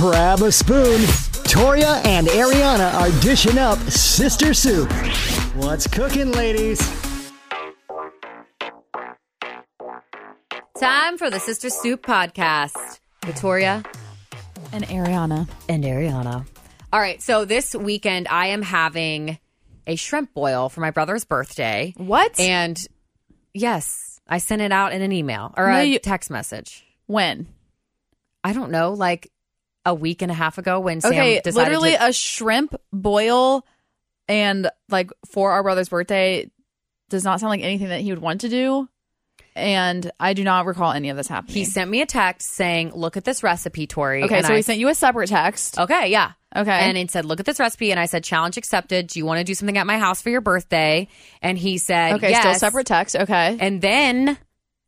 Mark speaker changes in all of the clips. Speaker 1: grab a spoon. Toria and Ariana are dishing up sister soup. What's cooking, ladies?
Speaker 2: Time for the Sister Soup podcast. Victoria
Speaker 3: And Ariana.
Speaker 2: and Ariana. All right, so this weekend I am having a shrimp boil for my brother's birthday.
Speaker 3: What?
Speaker 2: And yes, I sent it out in an email or
Speaker 3: No,
Speaker 2: a
Speaker 3: you-
Speaker 2: text message.
Speaker 3: when?
Speaker 2: I don't know, like a week and a half ago when
Speaker 3: Okay,
Speaker 2: Sam decided
Speaker 3: literally
Speaker 2: to-
Speaker 3: a shrimp boil and like for our brother's birthday does not sound like anything that he would want to do. And I do not recall any of this happening.
Speaker 2: he sent me a text saying, "Look at this recipe, Tori."
Speaker 3: okay,
Speaker 2: and
Speaker 3: so
Speaker 2: I
Speaker 3: he sent you a separate text.
Speaker 2: Okay, yeah.
Speaker 3: Okay.
Speaker 2: And it said, look at this recipe. And I said, challenge accepted. Do you want to do something at my house for your birthday? And he said,
Speaker 3: okay,
Speaker 2: yes.
Speaker 3: still separate text. Okay.
Speaker 2: And then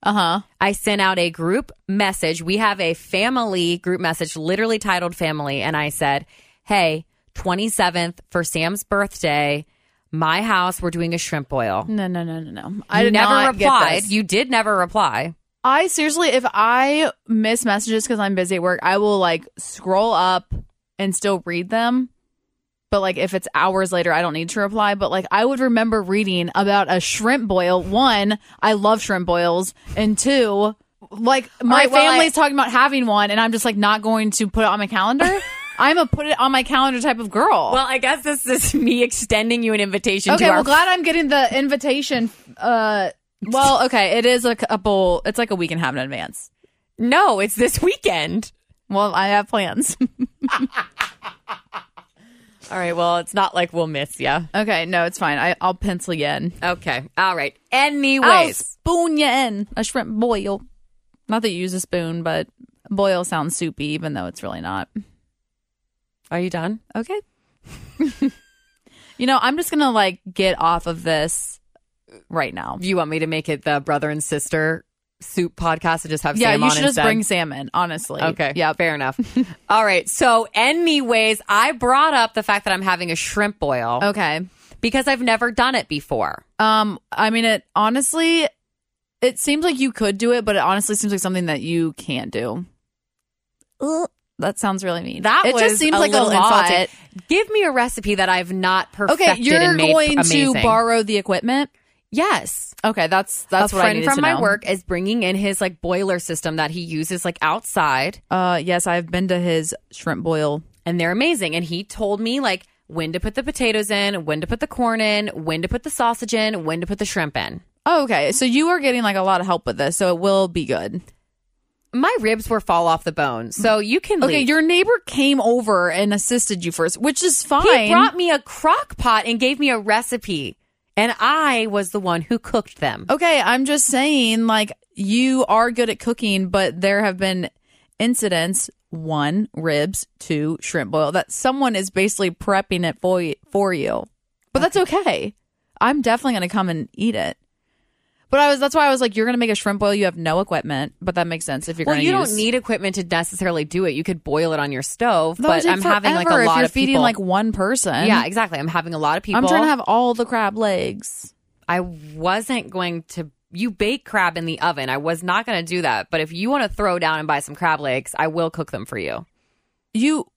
Speaker 3: Uh huh.
Speaker 2: I sent out a group message. We have a family group message, literally titled family. And I said, hey, 27th for Sam's birthday, my house, we're doing a shrimp boil.
Speaker 3: No, no, no, no, no. I
Speaker 2: You
Speaker 3: did
Speaker 2: never
Speaker 3: not
Speaker 2: replied.
Speaker 3: Get this.
Speaker 2: You did never reply.
Speaker 3: I seriously, if I miss messages because I'm busy at work, I will like scroll up and still read them. But like if it's hours later, I don't need to reply. But like I would remember reading about a shrimp boil. One, I love shrimp boils, and two, like my
Speaker 2: right, well,
Speaker 3: family's talking about having one, and I'm just like not going to put it on my calendar. I'm a put it on my calendar type of girl.
Speaker 2: Well, I guess this is me extending you an invitation
Speaker 3: okay,
Speaker 2: to
Speaker 3: well,
Speaker 2: our
Speaker 3: glad I'm getting the invitation. Uh, well, okay, it is a couple. It's like a week and a half in advance.
Speaker 2: No, it's this weekend.
Speaker 3: Well, I have plans.
Speaker 2: All right, well, it's not like we'll miss you.
Speaker 3: okay, no, it's fine. I, I'll pencil you in.
Speaker 2: Okay. All right. Anyways,
Speaker 3: I'll spoon you in a shrimp boil. Not that you use a spoon, but boil sounds soupy, even though it's really not.
Speaker 2: are you done?
Speaker 3: Okay. you know, I'm just gonna like get off of this right now.
Speaker 2: You want me to make it the brother and sister soup podcast and just have
Speaker 3: yeah,
Speaker 2: Sam
Speaker 3: you
Speaker 2: on
Speaker 3: should just
Speaker 2: instead?
Speaker 3: bring salmon. Honestly.
Speaker 2: Okay.
Speaker 3: Yeah.
Speaker 2: fair enough. All right. So, anyways, I brought up the fact that I'm having a shrimp boil
Speaker 3: Okay.
Speaker 2: because I've never done it before.
Speaker 3: Um, I mean, it honestly, it seems like you could do it, but it honestly seems like something that you can't do. Ugh, That sounds really mean.
Speaker 2: That
Speaker 3: it
Speaker 2: was
Speaker 3: just seems
Speaker 2: a
Speaker 3: like a
Speaker 2: little
Speaker 3: lot.
Speaker 2: insulting. Give me a recipe that I've not perfected.
Speaker 3: Okay, you're
Speaker 2: and made
Speaker 3: going to
Speaker 2: amazing.
Speaker 3: borrow the equipment.
Speaker 2: Yes,
Speaker 3: Okay, that's that's
Speaker 2: a
Speaker 3: what I
Speaker 2: friend
Speaker 3: needed
Speaker 2: from
Speaker 3: to
Speaker 2: my
Speaker 3: know.
Speaker 2: work is bringing in his like boiler system that he uses like outside.
Speaker 3: Uh, yes, I've been to his shrimp boil.
Speaker 2: and they're amazing. And he told me like when to put the potatoes in, when to put the corn in, when to put the sausage in, when to put the shrimp in.
Speaker 3: Oh, okay, so you are getting like a lot of help with this, so it will be good.
Speaker 2: My ribs were fall off the bone, so you can.
Speaker 3: Okay,
Speaker 2: leave.
Speaker 3: your neighbor came over and assisted you first, which is fine.
Speaker 2: he brought me a crock pot and gave me a recipe, and I was the one who cooked them.
Speaker 3: Okay, I'm just saying, like, you are good at cooking, but there have been incidents one, ribs, two, shrimp boil that someone is basically prepping it for you. For you. But that's okay. I'm definitely going to come and eat it. But I was, that's why I was like, you're going to make a shrimp boil. You have no equipment, but that makes sense if you're
Speaker 2: Well,
Speaker 3: going to
Speaker 2: you
Speaker 3: use.
Speaker 2: don't need equipment to necessarily do it. You could boil it on your stove,
Speaker 3: That would
Speaker 2: but
Speaker 3: take
Speaker 2: I'm having like
Speaker 3: forever
Speaker 2: a
Speaker 3: if
Speaker 2: lot
Speaker 3: you're
Speaker 2: of
Speaker 3: feeding
Speaker 2: people.
Speaker 3: like one person.
Speaker 2: yeah, exactly. I'm having a lot of people.
Speaker 3: I'm trying to have all the crab legs.
Speaker 2: I wasn't going to. You bake crab in the oven. I was not going to do that. But if you want to throw down and buy some crab legs, I will cook them for you.
Speaker 3: You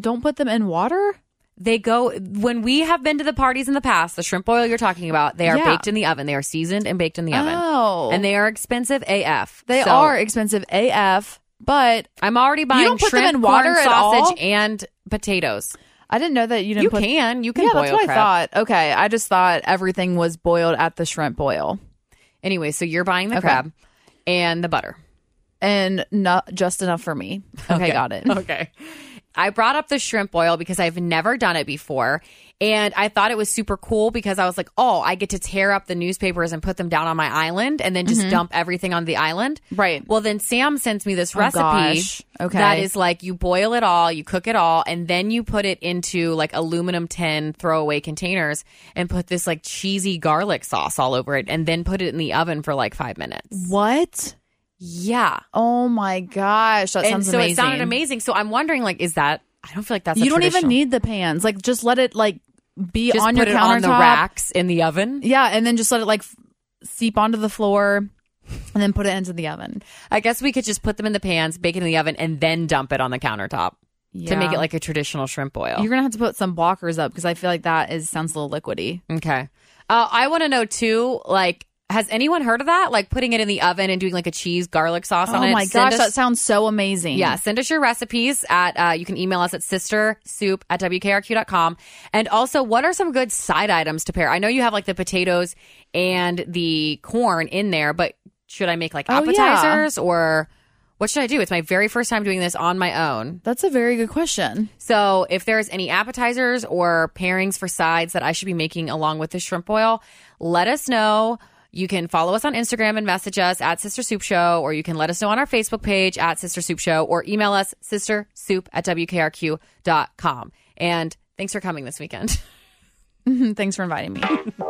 Speaker 3: don't put them in water?
Speaker 2: They go when we have been to the parties in the past. The shrimp boil you're talking about, they are
Speaker 3: Yeah.
Speaker 2: baked in the oven. They are seasoned and baked in the oven,
Speaker 3: Oh.
Speaker 2: and they are expensive AF.
Speaker 3: They
Speaker 2: So,
Speaker 3: are expensive AF, but
Speaker 2: I'm already buying.
Speaker 3: don't put them
Speaker 2: shrimp,
Speaker 3: in water
Speaker 2: corn,
Speaker 3: at
Speaker 2: sausage,
Speaker 3: all?
Speaker 2: and potatoes.
Speaker 3: I didn't know that you didn't
Speaker 2: You
Speaker 3: put
Speaker 2: can. You can.
Speaker 3: yeah,
Speaker 2: boil
Speaker 3: that's what
Speaker 2: crab.
Speaker 3: I thought. Okay, I just thought everything was boiled at the shrimp boil
Speaker 2: Anyway, so you're buying the
Speaker 3: Okay.
Speaker 2: crab and the butter.
Speaker 3: and not just enough for me. Okay, got it.
Speaker 2: Okay. I brought up the shrimp boil because I've never done it before. And I thought it was super cool because I was like, oh, I get to tear up the newspapers and put them down on my island and then just dump everything on the island.
Speaker 3: Mm-hmm. Right. Oh,
Speaker 2: Well, then Sam sends me this recipe
Speaker 3: gosh. Okay.
Speaker 2: that is like you boil it all, you cook it all, and then you put it into like aluminum tin throwaway containers and put this like cheesy garlic sauce all over it and then put it in the oven for like five minutes.
Speaker 3: What?
Speaker 2: Yeah.
Speaker 3: Oh my gosh, that
Speaker 2: And
Speaker 3: sounds
Speaker 2: so
Speaker 3: amazing.
Speaker 2: it sounded amazing. So I'm wondering, like, is that? I don't feel like that's. a
Speaker 3: You don't even
Speaker 2: traditional-
Speaker 3: need the pans. Like just let it like be
Speaker 2: Just
Speaker 3: on
Speaker 2: put
Speaker 3: your
Speaker 2: it
Speaker 3: countertop.
Speaker 2: on the racks in the oven.
Speaker 3: Yeah, and then just let it like f- seep onto the floor. and then put it into the oven.
Speaker 2: I guess we could just put them in the pans, bake it in the oven, and then dump it on the countertop to make
Speaker 3: Yeah.
Speaker 2: it like a traditional shrimp boil.
Speaker 3: You're gonna have to put some blockers up because I feel like that is sounds a little liquidy.
Speaker 2: okay. Uh, I want to know too, like, has anyone heard of that? Like putting it in the oven and doing like a cheese garlic sauce
Speaker 3: oh
Speaker 2: on it.
Speaker 3: my
Speaker 2: Send
Speaker 3: gosh,
Speaker 2: us-
Speaker 3: that sounds so amazing.
Speaker 2: Yeah, send us your recipes at, uh, you can email us at sistersoup at wkrq.com. And also, what are some good side items to pair? I know you have like the potatoes and the corn in there, but should I make like
Speaker 3: Oh, yeah.
Speaker 2: appetizers or what should I do? It's my very first time doing this on my own.
Speaker 3: That's a very good question.
Speaker 2: So if there's any appetizers or pairings for sides that I should be making along with the shrimp boil, let us know. You can follow us on Instagram and message us at Sister Soup Show, or you can let us know on our Facebook page at Sister Soup Show, or email us sistersoup at wkrq.com. And thanks for coming this weekend.
Speaker 3: Thanks for inviting me.